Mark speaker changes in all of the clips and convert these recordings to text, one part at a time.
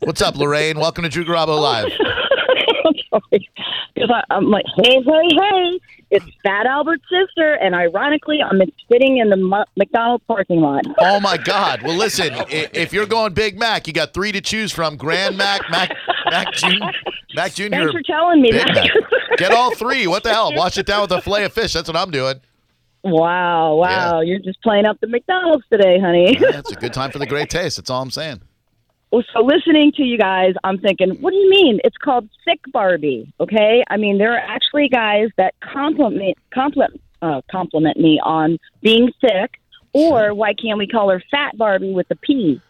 Speaker 1: What's up, Lorraine? Welcome to Drew
Speaker 2: Oh,
Speaker 1: Garabo Live.
Speaker 2: I'm sorry. Because I'm like, hey, hey, hey, it's Fat Albert's sister. And ironically, I'm sitting in the Mo- McDonald's parking lot.
Speaker 1: Oh my God! Well, listen, i- if you're going Big Mac, you got three to choose from: Grand Mac, Mac, Mac Junior, Mac Junior,
Speaker 2: Thanks for telling me
Speaker 1: Big Mac.
Speaker 2: that.
Speaker 1: Get all three. What the hell? Wash it down with a fillet of fish. That's what I'm doing.
Speaker 2: wow, wow. You're just playing up the McDonald's today, honey.
Speaker 1: Yeah, it's a good time for the great taste. That's all I'm saying.
Speaker 2: Well, so listening to you guys, I'm thinking, what do you mean? It's called sick Barbie, okay? I mean, there are actually guys that compliment compliment uh, compliment me on being sick, or why can't we call her Fat Barbie with a P?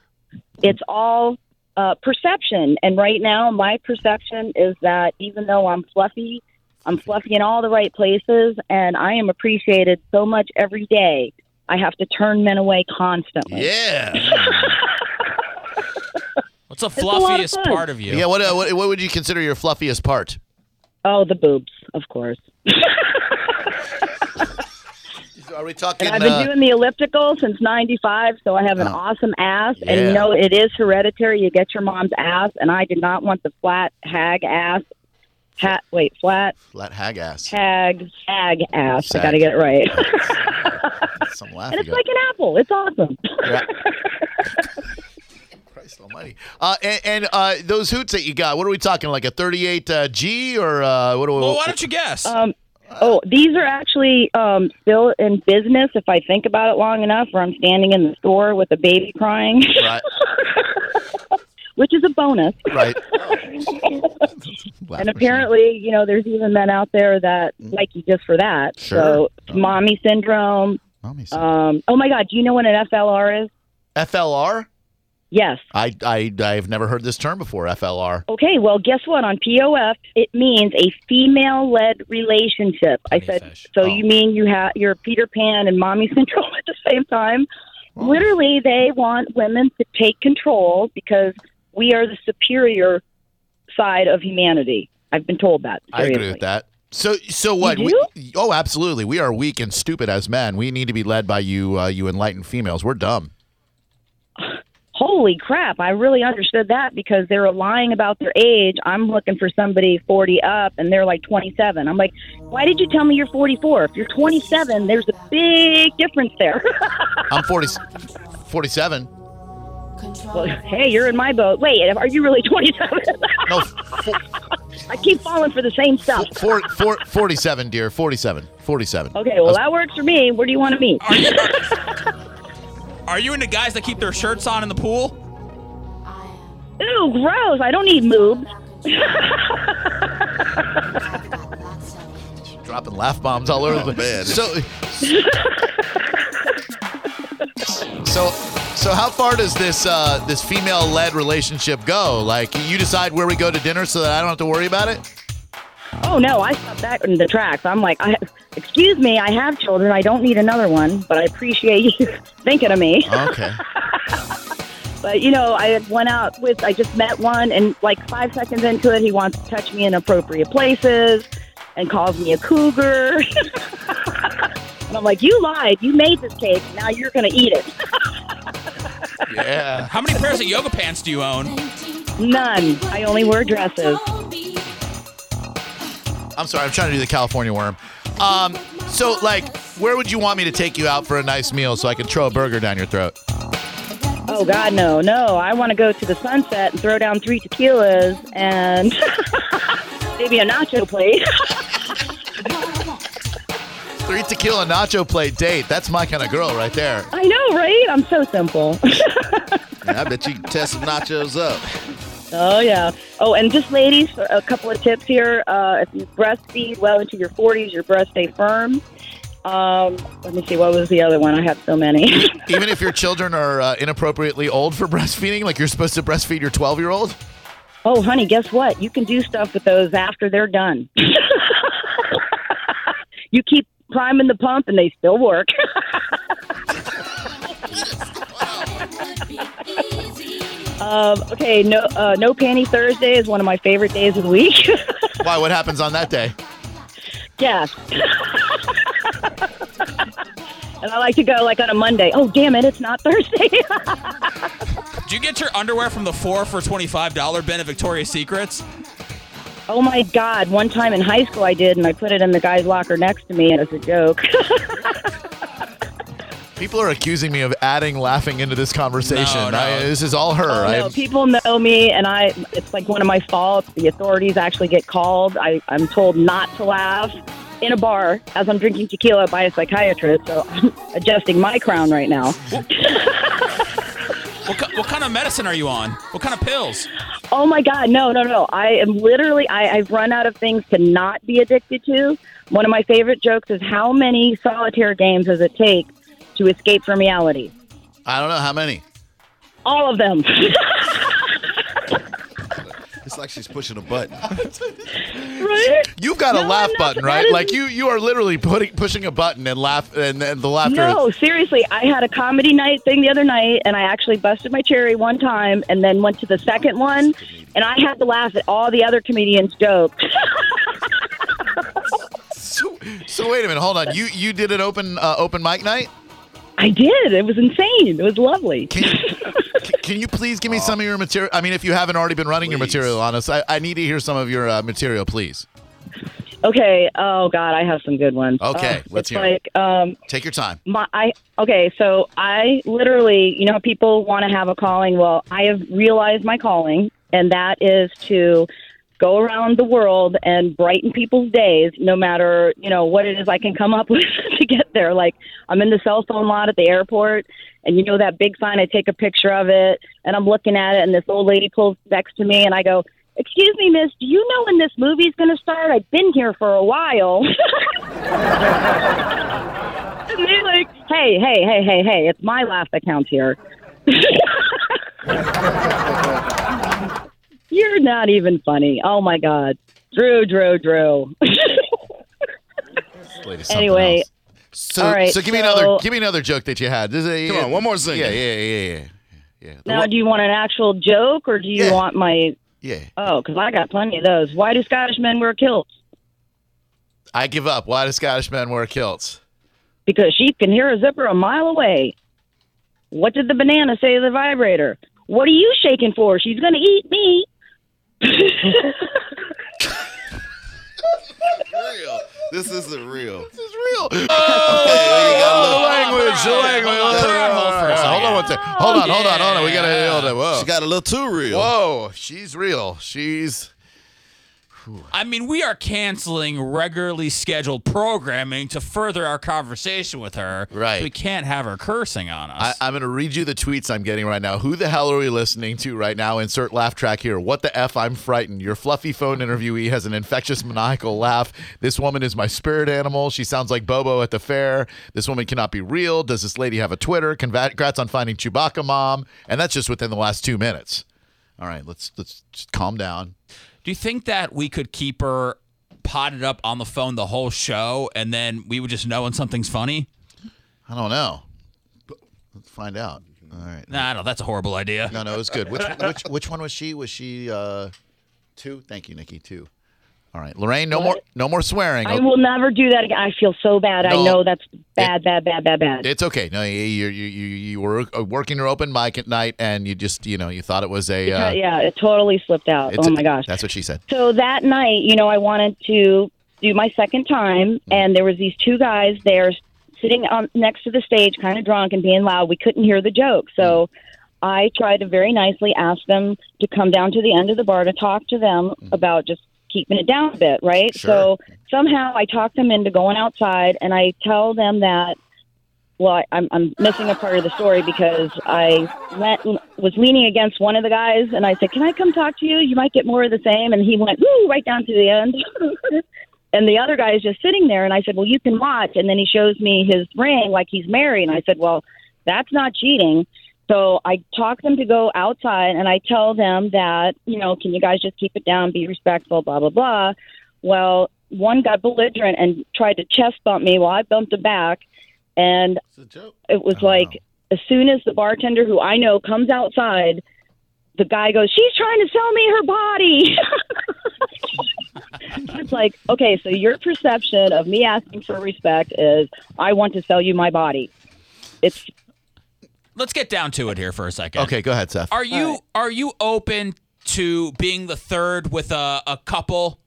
Speaker 2: It's all uh, perception, and right now, my perception is that even though I'm fluffy, I'm fluffy in all the right places, and I am appreciated so much every day. I have to turn men away constantly.
Speaker 1: Yeah.
Speaker 3: What's the
Speaker 2: a lot of
Speaker 3: fluffiest
Speaker 2: fun.
Speaker 3: part of you?
Speaker 1: Yeah. What, uh, what what would you consider your fluffiest part?
Speaker 2: Oh, the boobs, of course.
Speaker 1: Are we talking?
Speaker 2: And I've been
Speaker 1: uh,
Speaker 2: doing the elliptical since 95, so I have an
Speaker 1: Oh.
Speaker 2: awesome ass. And
Speaker 1: Yeah.
Speaker 2: you know, it is hereditary. You get your mom's ass, and I did not want the flat hag ass. Hat, wait, flat
Speaker 1: flat hag ass.
Speaker 2: hag hag ass.
Speaker 1: Sag.
Speaker 2: I got to get it right.
Speaker 1: Some
Speaker 2: and
Speaker 1: laughing.
Speaker 2: it's
Speaker 1: at.
Speaker 2: like an apple. It's awesome.
Speaker 1: Christ Almighty. Uh, and and uh, those hoots that you got. What are we talking? Like a 38 uh, G or uh, what? do we-
Speaker 3: Well, why don't you guess?
Speaker 2: um, oh, these are actually um, still in business. If I think about it long enough, where I'm standing in the store with a baby crying,
Speaker 1: Right.
Speaker 2: which is a bonus.
Speaker 1: Right.
Speaker 2: And apparently, you know, there's even men out there that like you just for that.
Speaker 1: Mm. Sure. Oh.
Speaker 2: So, it's mommy syndrome.
Speaker 1: Mommy said-
Speaker 2: Um, oh my God, do you know what an FLR is?
Speaker 1: FLR.
Speaker 2: Yes.
Speaker 1: I I I've never heard this term before. FLR.
Speaker 2: Okay, well, guess what? On POF, it means a female-led relationship. I
Speaker 3: Tiny
Speaker 2: said,
Speaker 3: fish.
Speaker 2: so
Speaker 1: Oh.
Speaker 2: you mean you have you're Peter Pan and mommy syndrome at the same time?
Speaker 1: Oh.
Speaker 2: Literally, they want women to take control because we are the superior side of humanity. I've been told that.
Speaker 1: I agree
Speaker 2: seriously.
Speaker 1: with that. So so what?
Speaker 2: You
Speaker 1: We, oh, absolutely. We are weak and stupid as men. We need to be led by you uh, you enlightened females. We're dumb.
Speaker 2: holy crap, I really understood that because they were lying about their age. I'm looking for somebody 40 up and they're like 27. I'm like, why did you tell me you're 44? If you're 27, there's a big difference there.
Speaker 1: I'm 40, 47.
Speaker 2: well, hey, you're in my boat. Wait, are you really 27?
Speaker 1: No, four,
Speaker 2: I keep falling for the same stuff.
Speaker 1: four, four, 47, dear. 47. 47.
Speaker 2: Okay, well, that works for me. Where do you want to meet?
Speaker 3: Are you, are you into guys that keep their shirts on in the pool?
Speaker 2: Ooh, gross. I don't need moobs.
Speaker 1: dropping laugh bombs all over the
Speaker 4: Oh, man.
Speaker 1: So, so, so how far does this uh, this female led relationship go? Like, you decide where we go to dinner so that I don't have to worry about it.
Speaker 2: Oh, no, I stopped that in the tracks. I'm like, I, excuse me, I have children. I don't need another one, but I appreciate you thinking of me.
Speaker 1: Okay.
Speaker 2: But you know, I had went out with I just met one, and like five seconds into it, he wants to touch me in appropriate places, and calls me a cougar. and I'm like, you lied. You made this cake. Now you're gonna eat it.
Speaker 1: Yeah.
Speaker 3: How many pairs of yoga pants do you own?
Speaker 2: None. I only wear dresses.
Speaker 1: I'm sorry. I'm trying to do the California worm. Um. So, like, where would you want me to take you out for a nice meal so I can throw a burger down your throat?
Speaker 2: Oh God, no, no. I want to go to the sunset and throw down three tequilas and maybe a nacho plate.
Speaker 1: Three tequila nacho plate date. That's my kind of girl right there.
Speaker 2: I know, right? I'm so simple.
Speaker 4: I bet you test some nachos up.
Speaker 2: Oh yeah. Oh, and just ladies, a couple of tips here. Uh, if you breastfeed well into your 40s, your breasts stay firm. Um, let me see. What was the other one? I have so many.
Speaker 1: Even if your children are uh, inappropriately old for breastfeeding, like you're supposed to breastfeed your 12 year old.
Speaker 2: oh, honey, guess what? You can do stuff with those after they're done. you keep priming the pump, and they still work. um, okay. No, uh, no panty Thursday is one of my favorite days of the week.
Speaker 1: Why? What happens on that day?
Speaker 2: Yes. And I like to go like on a Monday. Oh, damn it, it's not Thursday.
Speaker 3: Did you get your underwear from the four for twenty-five dollar bin at Victoria's Secrets?
Speaker 2: oh my God. One time in high school I did, and I put it in the guy's locker next to me as a joke.
Speaker 1: People are accusing me of adding laughing into this conversation.
Speaker 3: No, no.
Speaker 1: I- this is all her.
Speaker 2: Oh,
Speaker 1: I-
Speaker 2: no, people know me, and I. It's like one of my faults. The authorities actually get called. I, I'm told not to laugh in a bar as I'm drinking tequila by a psychiatrist. So I'm adjusting my crown right now.
Speaker 3: What, ki- what kind of medicine are you on? What kind of pills?
Speaker 2: Oh my God, no, no, no! I am literally. I, I've run out of things to not be addicted to. One of my favorite jokes is how many solitaire games does it take to escape from reality?
Speaker 1: I don't know how many.
Speaker 2: All of them.
Speaker 5: It's like she's pushing a button.
Speaker 2: right?
Speaker 1: You've got a
Speaker 2: No,
Speaker 1: laugh
Speaker 2: I'm not-
Speaker 1: button,
Speaker 2: that
Speaker 1: right?
Speaker 2: is-
Speaker 1: Like you, you are literally putting pushing a button and laugh, and, and the laughter.
Speaker 2: No, seriously. I had a comedy night thing the other night, and I actually busted my cherry one time, and then went to the second one, and I had to laugh at all the other comedians' jokes.
Speaker 1: So, so wait a minute, hold on. You you did an open uh, open mic night.
Speaker 2: I did. It was insane. It was lovely.
Speaker 1: Can you, c- can you please give me some of your material? I mean, if you haven't already been running your
Speaker 5: Please.
Speaker 1: material on us, I, I need to hear some of your uh, material, please.
Speaker 2: Okay. Oh God, I have some good ones.
Speaker 1: Okay,
Speaker 2: Oh,
Speaker 1: let's
Speaker 2: it's
Speaker 1: hear
Speaker 2: like um,
Speaker 1: Take your time.
Speaker 2: my I okay, so I literally, you know, people want to have a calling. Well, I have realized my calling, and that is to go around the world and brighten people's days, no matter you know what it is I can come up with to get there. Like I'm in the cell phone lot at the airport, and you know that big sign. I take a picture of it, and I'm looking at it, and this old lady pulls next to me, and I go. Excuse me, miss, do you know when this movie's going to start? I've been here for a while. And they like, hey, hey, hey, hey, hey, it's my laugh that counts here. You're not even funny. Oh my God. Drew, Drew, Drew.
Speaker 1: This lady's something
Speaker 2: anyway,
Speaker 1: else. So,
Speaker 2: all right,
Speaker 1: so give me
Speaker 2: so-
Speaker 1: another give me another joke that you had. This is-
Speaker 5: Come on, one more singer.
Speaker 1: Yeah, yeah, yeah, yeah, yeah. The
Speaker 2: now
Speaker 1: one-
Speaker 2: do you want an actual joke or do you
Speaker 1: Yeah.
Speaker 2: want my.
Speaker 1: yeah.
Speaker 2: Oh, because I got plenty of those. Why do Scottish men wear kilts?
Speaker 1: I give up. Why do Scottish men wear kilts?
Speaker 2: Because she can hear a zipper a mile away. What did the banana say to the vibrator? What are you shaking for? She's going to eat me.
Speaker 5: real. This isn't real.
Speaker 1: This is real.
Speaker 5: Oh,
Speaker 1: the language, the
Speaker 3: hold on,
Speaker 1: language.
Speaker 3: hold
Speaker 2: oh,
Speaker 3: on, hold on, hold on for
Speaker 1: Hold
Speaker 3: a
Speaker 1: on
Speaker 3: second.
Speaker 1: one second. Hold on, hold on, hold on. We gotta hold on. Whoa.
Speaker 5: She got a little too real.
Speaker 1: Whoa, she's real. She's
Speaker 3: I mean, we are canceling regularly scheduled programming to further our conversation with her.
Speaker 1: Right.
Speaker 3: We can't have her cursing on us.
Speaker 1: I, I'm going to read you the tweets I'm getting right now. Who the hell are we listening to right now? Insert laugh track here. What the F? I'm frightened. Your fluffy phone interviewee has an infectious, maniacal laugh. This woman is my spirit animal. She sounds like Bobo at the fair. This woman cannot be real. Does this lady have a Twitter? Congrats on finding Chewbacca mom. And that's just within the last two minutes. All right, let's let's just calm down.
Speaker 3: Do you think that we could keep her potted up on the phone the whole show and then we would just know when something's funny?
Speaker 1: I don't know. Let's find out. All right.
Speaker 3: Nah, no, that's a horrible idea.
Speaker 1: No, no, it was good. Which which which one was she? Was she uh two? Thank you, Nikki. Two. All right, Lorraine. No more no more swearing.
Speaker 2: I will never do that again. I feel so bad.
Speaker 1: No.
Speaker 2: I know that's bad, bad, bad, bad, bad.
Speaker 1: It's okay. No, you you you you you were uh, working your open mic at night, and you just you know you thought it was a.
Speaker 2: yeah.
Speaker 1: Uh,
Speaker 2: it totally slipped out.
Speaker 1: it's
Speaker 2: Oh
Speaker 1: a-
Speaker 2: my gosh.
Speaker 1: That's what she said.
Speaker 2: So that night, you know, I wanted to do my second
Speaker 1: Mm.
Speaker 2: time, and there was these two guys there sitting on next to the stage, kind of drunk and being loud. We couldn't hear the joke, so
Speaker 1: Mm.
Speaker 2: I tried to very nicely ask them to come down to the end of the bar to talk to them about just keeping it down a bit, right?
Speaker 1: Mm. Sure.
Speaker 2: So somehow I talked them into going outside, and I tell them that. Well, I, I'm, I'm missing a part of the story because I went, was leaning against one of the guys, and I said, "Can I come talk to you? You might get more of the same." And he went, "Woo!" right down to the end. and the other guy is just sitting there, and I said, "Well, you can watch." And then he shows me his ring, like he's married. And I said, "Well, that's not cheating." So I talk them to go outside, and I tell them that you know, can you guys just keep it down, be respectful, blah blah blah. Well, one got belligerent and tried to chest bump me. Well, I bumped him back, and
Speaker 5: It's a joke.
Speaker 2: it was
Speaker 1: Oh,
Speaker 2: like as soon as the bartender who I know comes outside, the guy goes, "She's trying to sell me her body." It's like, okay, so your perception of me asking for respect is I want to sell you my body. It's
Speaker 6: Let's get down to it here for a second.
Speaker 7: Okay, go ahead, Seth.
Speaker 6: Are you are you open to being the third with a, a couple?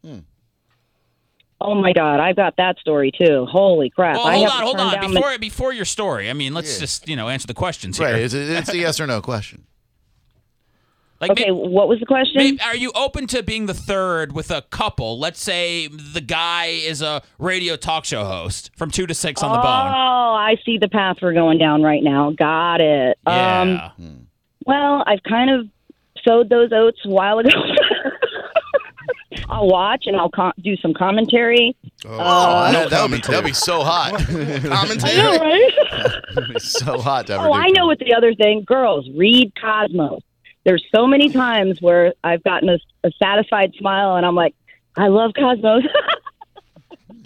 Speaker 2: oh my god, I've got that story too. Holy crap!
Speaker 6: Well,
Speaker 2: I
Speaker 6: hold on,
Speaker 2: haven't
Speaker 6: hold
Speaker 2: turned
Speaker 6: on.
Speaker 2: down
Speaker 6: Before before your story, I mean, let's just you know answer the questions here.
Speaker 7: Right, it's, it's a yes or no question.
Speaker 6: Like,
Speaker 2: ma- okay, what was the question?
Speaker 6: Babe, are you open to being the third with a couple? Let's say the guy is a radio talk show host from two to six on the bone.
Speaker 2: Oh, I see the path we're going down right now. Got it. Um,
Speaker 6: Yeah.
Speaker 2: well, I've kind of sowed those oats a while ago. I'll watch and I'll co- do some commentary.
Speaker 7: Oh,
Speaker 5: no
Speaker 7: that, that would be,
Speaker 5: commentary.
Speaker 7: that'd be so hot.
Speaker 5: Commentary.
Speaker 2: All right.
Speaker 7: so hot to ever
Speaker 2: Oh,
Speaker 7: do
Speaker 2: I know what the other thing. Girls, read Cosmos. There's so many times where I've gotten a, a satisfied smile and I'm like, I love Cosmos.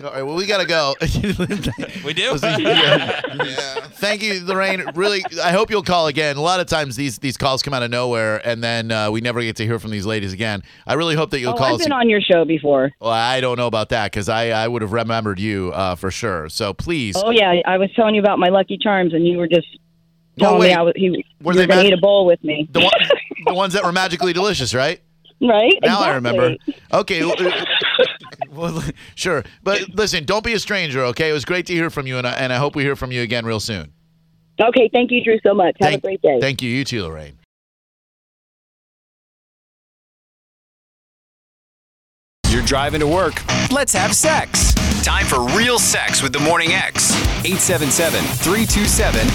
Speaker 7: All right, well, we got to go.
Speaker 6: We do?
Speaker 5: Yeah.
Speaker 7: Thank you, Lorraine. Really, I hope you'll call again. A lot of times these these calls come out of nowhere, and then uh, we never get to hear from these ladies again. I really hope that you'll
Speaker 2: oh,
Speaker 7: call
Speaker 2: I've
Speaker 7: us.
Speaker 2: been on your show before.
Speaker 7: well, I don't know about that because I, I would have remembered you uh, for sure. So please.
Speaker 2: Oh yeah, I was telling you about my Lucky Charms and you were just
Speaker 7: No,
Speaker 2: telling
Speaker 7: wait.
Speaker 2: me I was he
Speaker 7: Were
Speaker 2: you
Speaker 7: they
Speaker 2: were gonna
Speaker 7: mag-
Speaker 2: eat a bowl with me.
Speaker 7: The, one, the ones that were magically delicious, right?
Speaker 2: Right?
Speaker 7: Now
Speaker 2: Exactly.
Speaker 7: I remember. Okay. well, uh, well, sure. But listen, don't be a stranger, okay? It was great to hear from you, and I, and I hope we hear from you again real soon.
Speaker 2: Okay, thank you, Drew, so much. Have
Speaker 7: Thank-
Speaker 2: a great day.
Speaker 7: Thank you. You too, Lorraine.
Speaker 8: You're driving to work. Let's have sex. Time for real sex with the Morning X. 877 327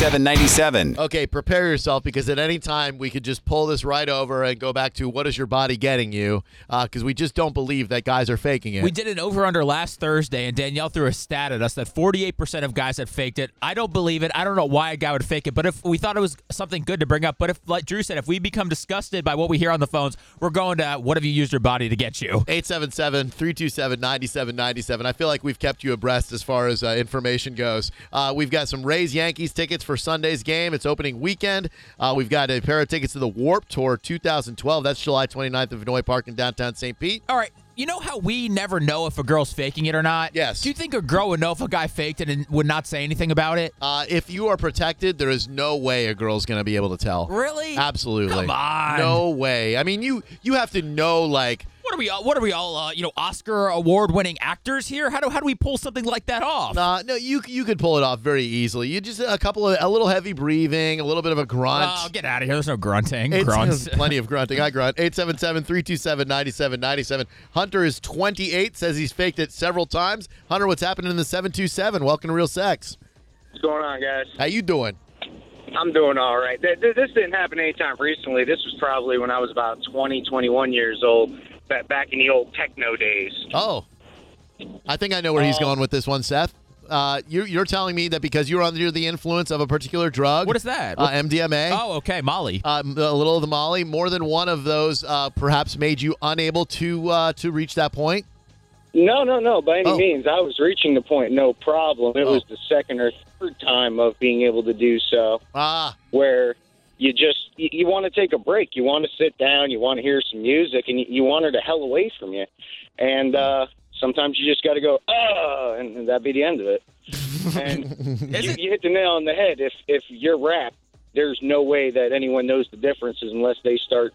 Speaker 8: 9797.
Speaker 1: Okay, prepare yourself because at any time we could just pull this right over and go back to what is your body getting you? Because we just don't believe that guys are faking it.
Speaker 3: We did an over under last Thursday, and Danielle threw a stat at us that 48% of guys had faked it. I don't believe it. I don't know why a guy would fake it, but if we thought it was something good to bring up, but if, like Drew said, if we become disgusted by what we hear on the phones, we're going to what have you used your body to get you?
Speaker 1: 877 327 9797. I feel like we've kept you abreast as far as uh, information goes. Uh, we've got some Rays Yankees tickets for Sunday's game. It's opening weekend. Uh, we've got a pair of tickets to the Warp Tour 2012. That's July 29th at Vinoy Park in downtown St. Pete.
Speaker 3: All right. You know how we never know if a girl's faking it or not?
Speaker 1: Yes.
Speaker 3: Do you think a girl would know if a guy faked it and would not say anything about it?
Speaker 1: Uh, if you are protected, there is no way a girl's going to be able to tell.
Speaker 3: Really?
Speaker 1: Absolutely.
Speaker 3: Come on.
Speaker 1: No way. I mean, you you have to know like
Speaker 3: What are we all, what are we all uh, you know Oscar award winning actors here? How do how do we pull something like that off?
Speaker 1: uh, no, you you could pull it off very easily. You just a couple of a little heavy breathing, a little bit of a grunt.
Speaker 3: Oh, get out of here. There's no grunting.
Speaker 1: Eight-
Speaker 3: Grunts.
Speaker 1: plenty of grunting. I grunt. 877-327-9797. Hunter is 28, says he's faked it several times. Hunter, what's happening in the 727? Welcome to Real Sex.
Speaker 9: What's going on, guys?
Speaker 1: How you doing?
Speaker 9: I'm doing all right. Th- th- This didn't happen anytime recently. This was probably when I was about 20, 21 years old, ba- back in the old techno days.
Speaker 1: Oh, I think I know where he's
Speaker 3: Oh.
Speaker 1: going with this one, Seth. Uh, you, you're telling me that because you're under the influence of a particular drug.
Speaker 3: What is that?
Speaker 1: Uh, MDMA.
Speaker 3: Oh, okay, Molly.
Speaker 1: uh, a little of the Molly. More than one of those uh, perhaps made you unable to uh, to reach that point.
Speaker 9: No, no, no. By any
Speaker 1: Oh.
Speaker 9: means, I was reaching the point, no problem. It was the second or third time of being able to do so,
Speaker 1: Ah,
Speaker 9: where you just you, you want to take a break, you want to sit down, you want to hear some music, and you, you want her to hell away from you. And uh, sometimes you just got to go, ah, and, and that'd be the end of it. And you, you hit the nail on the head. If if you're rap, there's no way that anyone knows the differences unless they start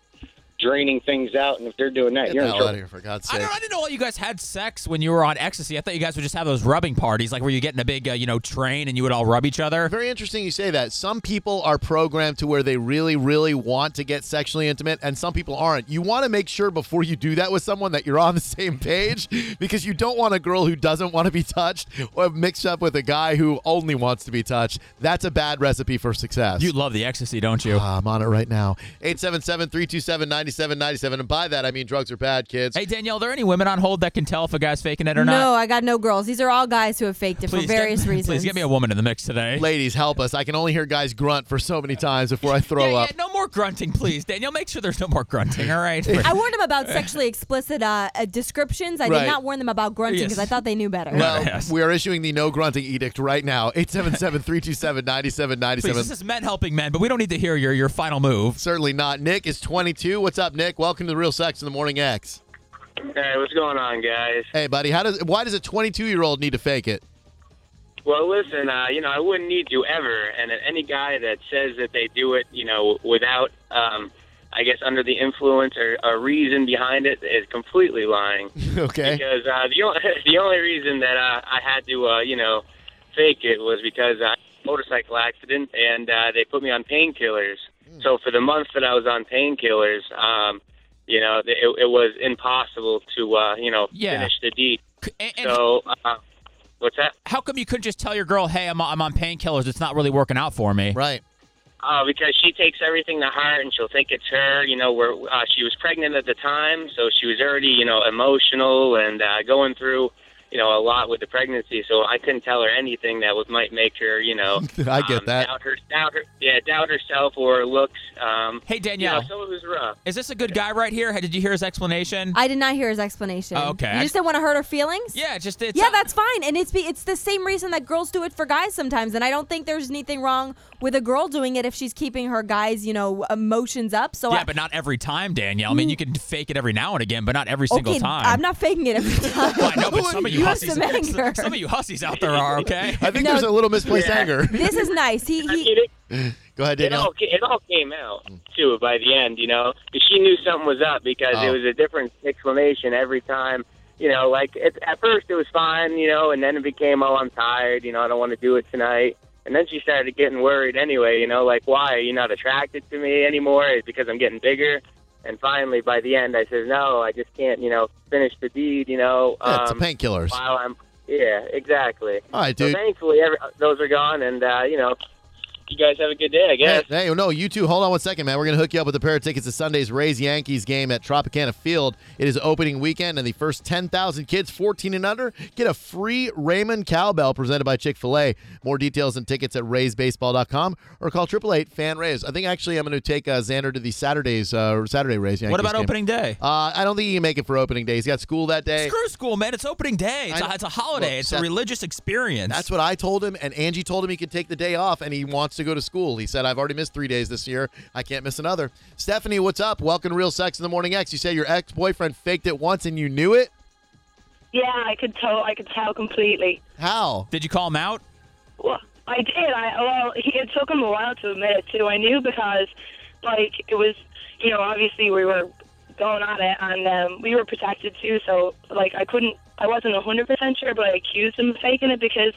Speaker 9: draining things out. And if they're doing that,
Speaker 1: get
Speaker 9: you're
Speaker 1: the
Speaker 9: in
Speaker 1: hell
Speaker 9: trouble.
Speaker 1: out of here for God's
Speaker 3: I,
Speaker 1: sake.
Speaker 3: don't, I didn't know all you guys had sex when you were on ecstasy. I thought you guys would just have those rubbing parties, like where you get in a big, uh, you know, train and you would all rub each other.
Speaker 1: Very interesting you say that. Some people are programmed to where they really, really want to get sexually intimate, and some people aren't. You want to make sure before you do that with someone that you're on the same page because you don't want a girl who doesn't want to be touched or mixed up with a guy who only wants to be touched. That's a bad recipe for success.
Speaker 3: You love the ecstasy, don't you?
Speaker 1: Ah, I'm on it right now. 877 327 9797. And by that, I mean drugs are bad, kids.
Speaker 3: Hey Danielle, are there any women on hold that can tell if a guy's faking it or
Speaker 10: No,
Speaker 3: not?
Speaker 10: I got no girls. These are all guys who have faked it for
Speaker 3: get-
Speaker 10: various reasons.
Speaker 3: Please get me a woman in the mix today.
Speaker 1: Ladies, help us. I can only hear guys grunt for so many times before I
Speaker 3: yeah,
Speaker 1: throw
Speaker 3: yeah,
Speaker 1: up.
Speaker 3: no more grunting, please. Danielle, make sure there's no more grunting. All right.
Speaker 10: I warned them about sexually explicit uh, uh, descriptions. I
Speaker 1: Right.
Speaker 10: did not warn them about grunting because
Speaker 3: Yes.
Speaker 10: I thought they knew better.
Speaker 1: Well,
Speaker 3: Yes.
Speaker 1: we are issuing the no grunting edict right now. 877 327
Speaker 3: please, this
Speaker 1: 9797.
Speaker 3: is men helping men, but we don't need to hear your your final move.
Speaker 1: Certainly not. Nick is 22. What's up, Nick? Welcome to the Real Sex in the Morning X.
Speaker 9: Hey, what's going on, guys?
Speaker 1: Hey, buddy, how does why does a 22 year old need to fake it?
Speaker 9: Well, listen, uh, you know, I wouldn't need you ever. And any guy that says that they do it, you know, without, um, I guess, under the influence or a reason behind it is completely lying.
Speaker 1: okay.
Speaker 9: Because uh, the, only, the only reason that uh, I had to, uh, you know, fake it was because I had a motorcycle accident and uh, they put me on painkillers.
Speaker 3: Hmm.
Speaker 9: So for the month that I was on painkillers, um, you know, it, it was impossible to, uh, you know,
Speaker 3: Yeah.
Speaker 9: finish the deed.
Speaker 3: and- and-
Speaker 9: so, uh, what's that?
Speaker 3: How come you couldn't just tell your girl, "Hey, I'm I'm on painkillers. It's not really working out for me."
Speaker 1: Right.
Speaker 9: Oh, because she takes everything to heart, and she'll think it's her. You know, where uh, she was pregnant at the time, so she was already, you know, emotional and uh, going through, you know, a lot with the pregnancy. So I couldn't tell her anything that would might make her, you know,
Speaker 1: I get
Speaker 9: um,
Speaker 1: that.
Speaker 9: doubt her, doubt her, yeah, doubt herself or her looks. Um,
Speaker 3: Hey,
Speaker 9: you know,
Speaker 3: Danielle,
Speaker 9: so it was rough.
Speaker 3: is this a good guy right here? Did you hear his explanation?
Speaker 10: I did not hear his explanation.
Speaker 3: Oh, okay.
Speaker 10: You just didn't want to hurt her feelings?
Speaker 3: yeah, just it's
Speaker 10: Yeah, that's fine. And it's be, it's the same reason that girls do it for guys sometimes. And I don't think there's anything wrong with a girl doing it if she's keeping her guys, you know, emotions up. So
Speaker 3: yeah,
Speaker 10: I,
Speaker 3: but not every time, Danielle. I mean, you can fake it every now and again, but not every single
Speaker 10: okay,
Speaker 3: time.
Speaker 10: I'm not faking it every time.
Speaker 3: Well, I know, but some of you,
Speaker 10: You have
Speaker 3: hussies,
Speaker 10: some anger.
Speaker 3: some of you hussies out there are okay.
Speaker 1: I think there's a little misplaced anger.
Speaker 10: This is nice. He,
Speaker 9: I
Speaker 10: he
Speaker 9: mean, it,
Speaker 1: Go ahead,
Speaker 9: it
Speaker 1: Danielle.
Speaker 9: all ca- it all came out
Speaker 1: Hmm.
Speaker 9: too by the end. You know, 'Cause she knew something was up because
Speaker 1: Oh.
Speaker 9: it was a different explanation every time. You know, like it, at first it was fine, you know, and then it became, oh, I'm tired. You know, I don't want to do it tonight. And then she started getting worried anyway. You know, like why are you not attracted to me anymore? Is it because I'm getting bigger? And finally, by the end, I said, no, I just can't. You know, finish the deed. You know,
Speaker 1: Yeah, it's a
Speaker 9: um,
Speaker 1: painkillers.
Speaker 9: while I'm yeah, exactly.
Speaker 1: All right,
Speaker 9: So
Speaker 1: dude.
Speaker 9: thankfully, every, those are gone, and uh, you know, you guys have a good day, I guess.
Speaker 1: Hey, hey, no, you two, hold on one second, man. We're going to hook you up with a pair of tickets to Sunday's Rays Yankees game at Tropicana Field. It is opening weekend, and the first 10,000 kids 14 and under get a free Raymond Cowbell presented by Chick fil A. More details and tickets at RaysBaseball.com or call 888 Fan Rays. I think actually I'm going to take uh, Xander to the Saturday's uh, Saturday Rays Yankees.
Speaker 3: What about
Speaker 1: game.
Speaker 3: opening day?
Speaker 1: Uh, I don't think he can make it for opening day. He's got school that day.
Speaker 3: Screw school, man. It's opening day. It's,
Speaker 1: I know-
Speaker 3: a, it's a holiday.
Speaker 1: Look,
Speaker 3: it's
Speaker 1: that-
Speaker 3: a religious experience.
Speaker 1: That's what I told him, and Angie told him he could take the day off, and he wants to go to school. He said, "I've already missed three days this year. I can't miss another." Stephanie, what's up? Welcome to Real Sex in the Morning X. You say your ex-boyfriend faked it once, and you knew it.
Speaker 2: Yeah, I could tell. I could tell completely.
Speaker 1: How?
Speaker 3: Did you call him out?
Speaker 2: Well, I did. I well, he, it took him a while to admit it too. I knew because, like, it was you know obviously we were going on it and um, we were protected too. So like I couldn't, I wasn't a hundred percent sure, but I accused him of faking it because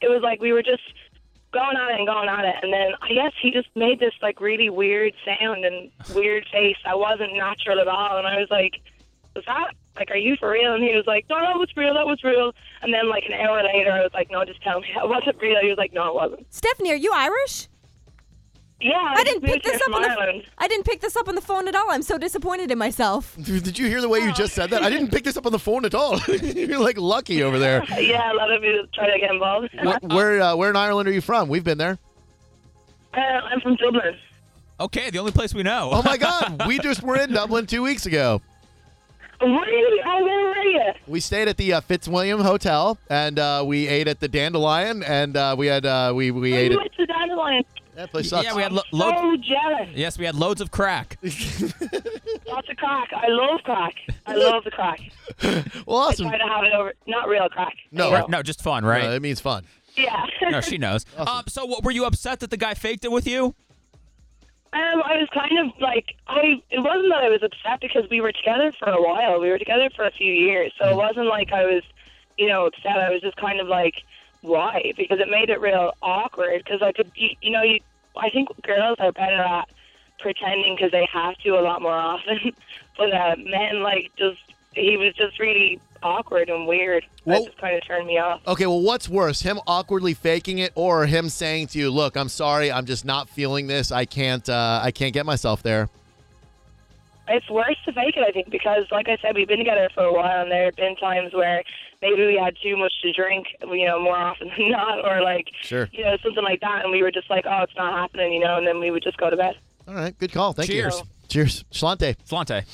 Speaker 2: it was like we were just going on it and going on it, and then I guess he just made this like really weird sound and weird face that wasn't natural at all, and I was like, was that like are you for real and he was like no that was real that was real and then like an hour later i was like no just tell me it wasn't real he was like no it wasn't
Speaker 10: Stephanie, are you Irish?
Speaker 2: yeah
Speaker 10: I didn't pick this up on the
Speaker 2: Ireland.
Speaker 10: I didn't pick this up on the phone at all. I'm so disappointed in myself.
Speaker 1: Did you hear the way you just said that? I didn't pick this up on the phone at all. You're like lucky over there.
Speaker 2: yeah a lot of people try to get involved
Speaker 1: Wh- Where, uh, where in Ireland are you from? We've been there.
Speaker 2: uh, i'm from dublin
Speaker 3: Okay, the only place we know.
Speaker 1: Oh my God, we just were in Dublin two weeks ago.
Speaker 2: really oh where were you
Speaker 1: We stayed at the uh, Fitzwilliam Hotel, and uh, we ate at the Dandelion, and uh, we had uh, we we
Speaker 2: Oh,
Speaker 1: ate
Speaker 2: you
Speaker 1: it.
Speaker 2: went to dandelion
Speaker 1: That place sucks. Oh.
Speaker 3: yeah, we had lo- loads.
Speaker 2: so jealous
Speaker 3: Yes, we had loads of crack.
Speaker 2: lots of crack i love crack i love the crack
Speaker 1: well,
Speaker 2: i
Speaker 1: awesome.
Speaker 2: try to have it over not real crack
Speaker 1: No.
Speaker 2: Real.
Speaker 3: No, just fun, right?
Speaker 1: Uh, it means fun.
Speaker 2: yeah
Speaker 3: no, she knows. Um, so, what, were you upset that the guy faked it with you?
Speaker 2: Um, I was kind of like I. It wasn't that I was upset because we were together for a while. We were together for a few years, so it wasn't like I was, you know, upset. I was just kind of like, why? Because it made it real awkward. Because I could, you, you know, you. I think girls are better at pretending because they have to a lot more often, but uh, men like just he was just really awkward and weird.
Speaker 1: Well-
Speaker 2: that just kind of turned me off.
Speaker 1: Okay, well, what's worse, him awkwardly faking it, or him saying to you, "Look, I'm sorry, I'm just not feeling this. I can't, uh, I can't get myself there."
Speaker 2: It's worse to fake it, I think, because like I said, we've been together for a while, and there have been times where maybe we had too much to drink, you know, more often than not, or like,
Speaker 1: Sure.
Speaker 2: you know, something like that, and we were just like, oh, it's not happening, you know, and then we would just go to bed.
Speaker 1: All right, good call. Thank
Speaker 3: Cheers.
Speaker 1: you. Cheers. Schlante.
Speaker 3: Slante.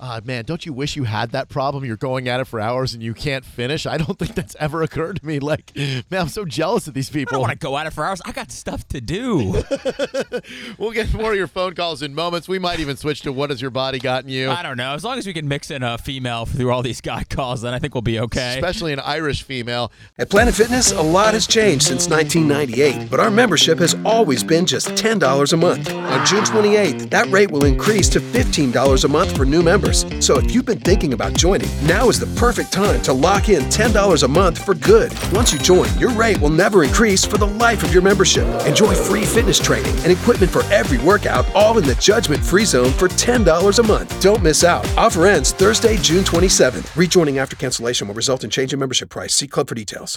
Speaker 1: Ah, man, don't you wish you had that problem? You're going at it for hours and you can't finish. I don't think that's ever occurred to me. Like, man, I'm so jealous of these
Speaker 3: I don't
Speaker 1: people.
Speaker 3: want to go at it for hours. I got stuff to do.
Speaker 1: We'll get more of your phone calls in moments. We might even switch to what has your body gotten you?
Speaker 3: I don't know. As long as we can mix in a female through all these guy calls, then I think we'll be okay.
Speaker 1: Especially an Irish female.
Speaker 11: At Planet Fitness, a lot has changed since 1998, but our membership has always been just $10 a month. On June 28th, that rate will increase to $15 a month for new members. So if you've been thinking about joining, now is the perfect time to lock in $10 a month for good. Once you join, your rate will never increase for the life of your membership. Enjoy free fitness training and equipment for every workout, all in the judgment free zone for $10 a month. Don't miss out. Offer ends Thursday, June 27th. Rejoining after cancellation will result in change in membership price. See club for details.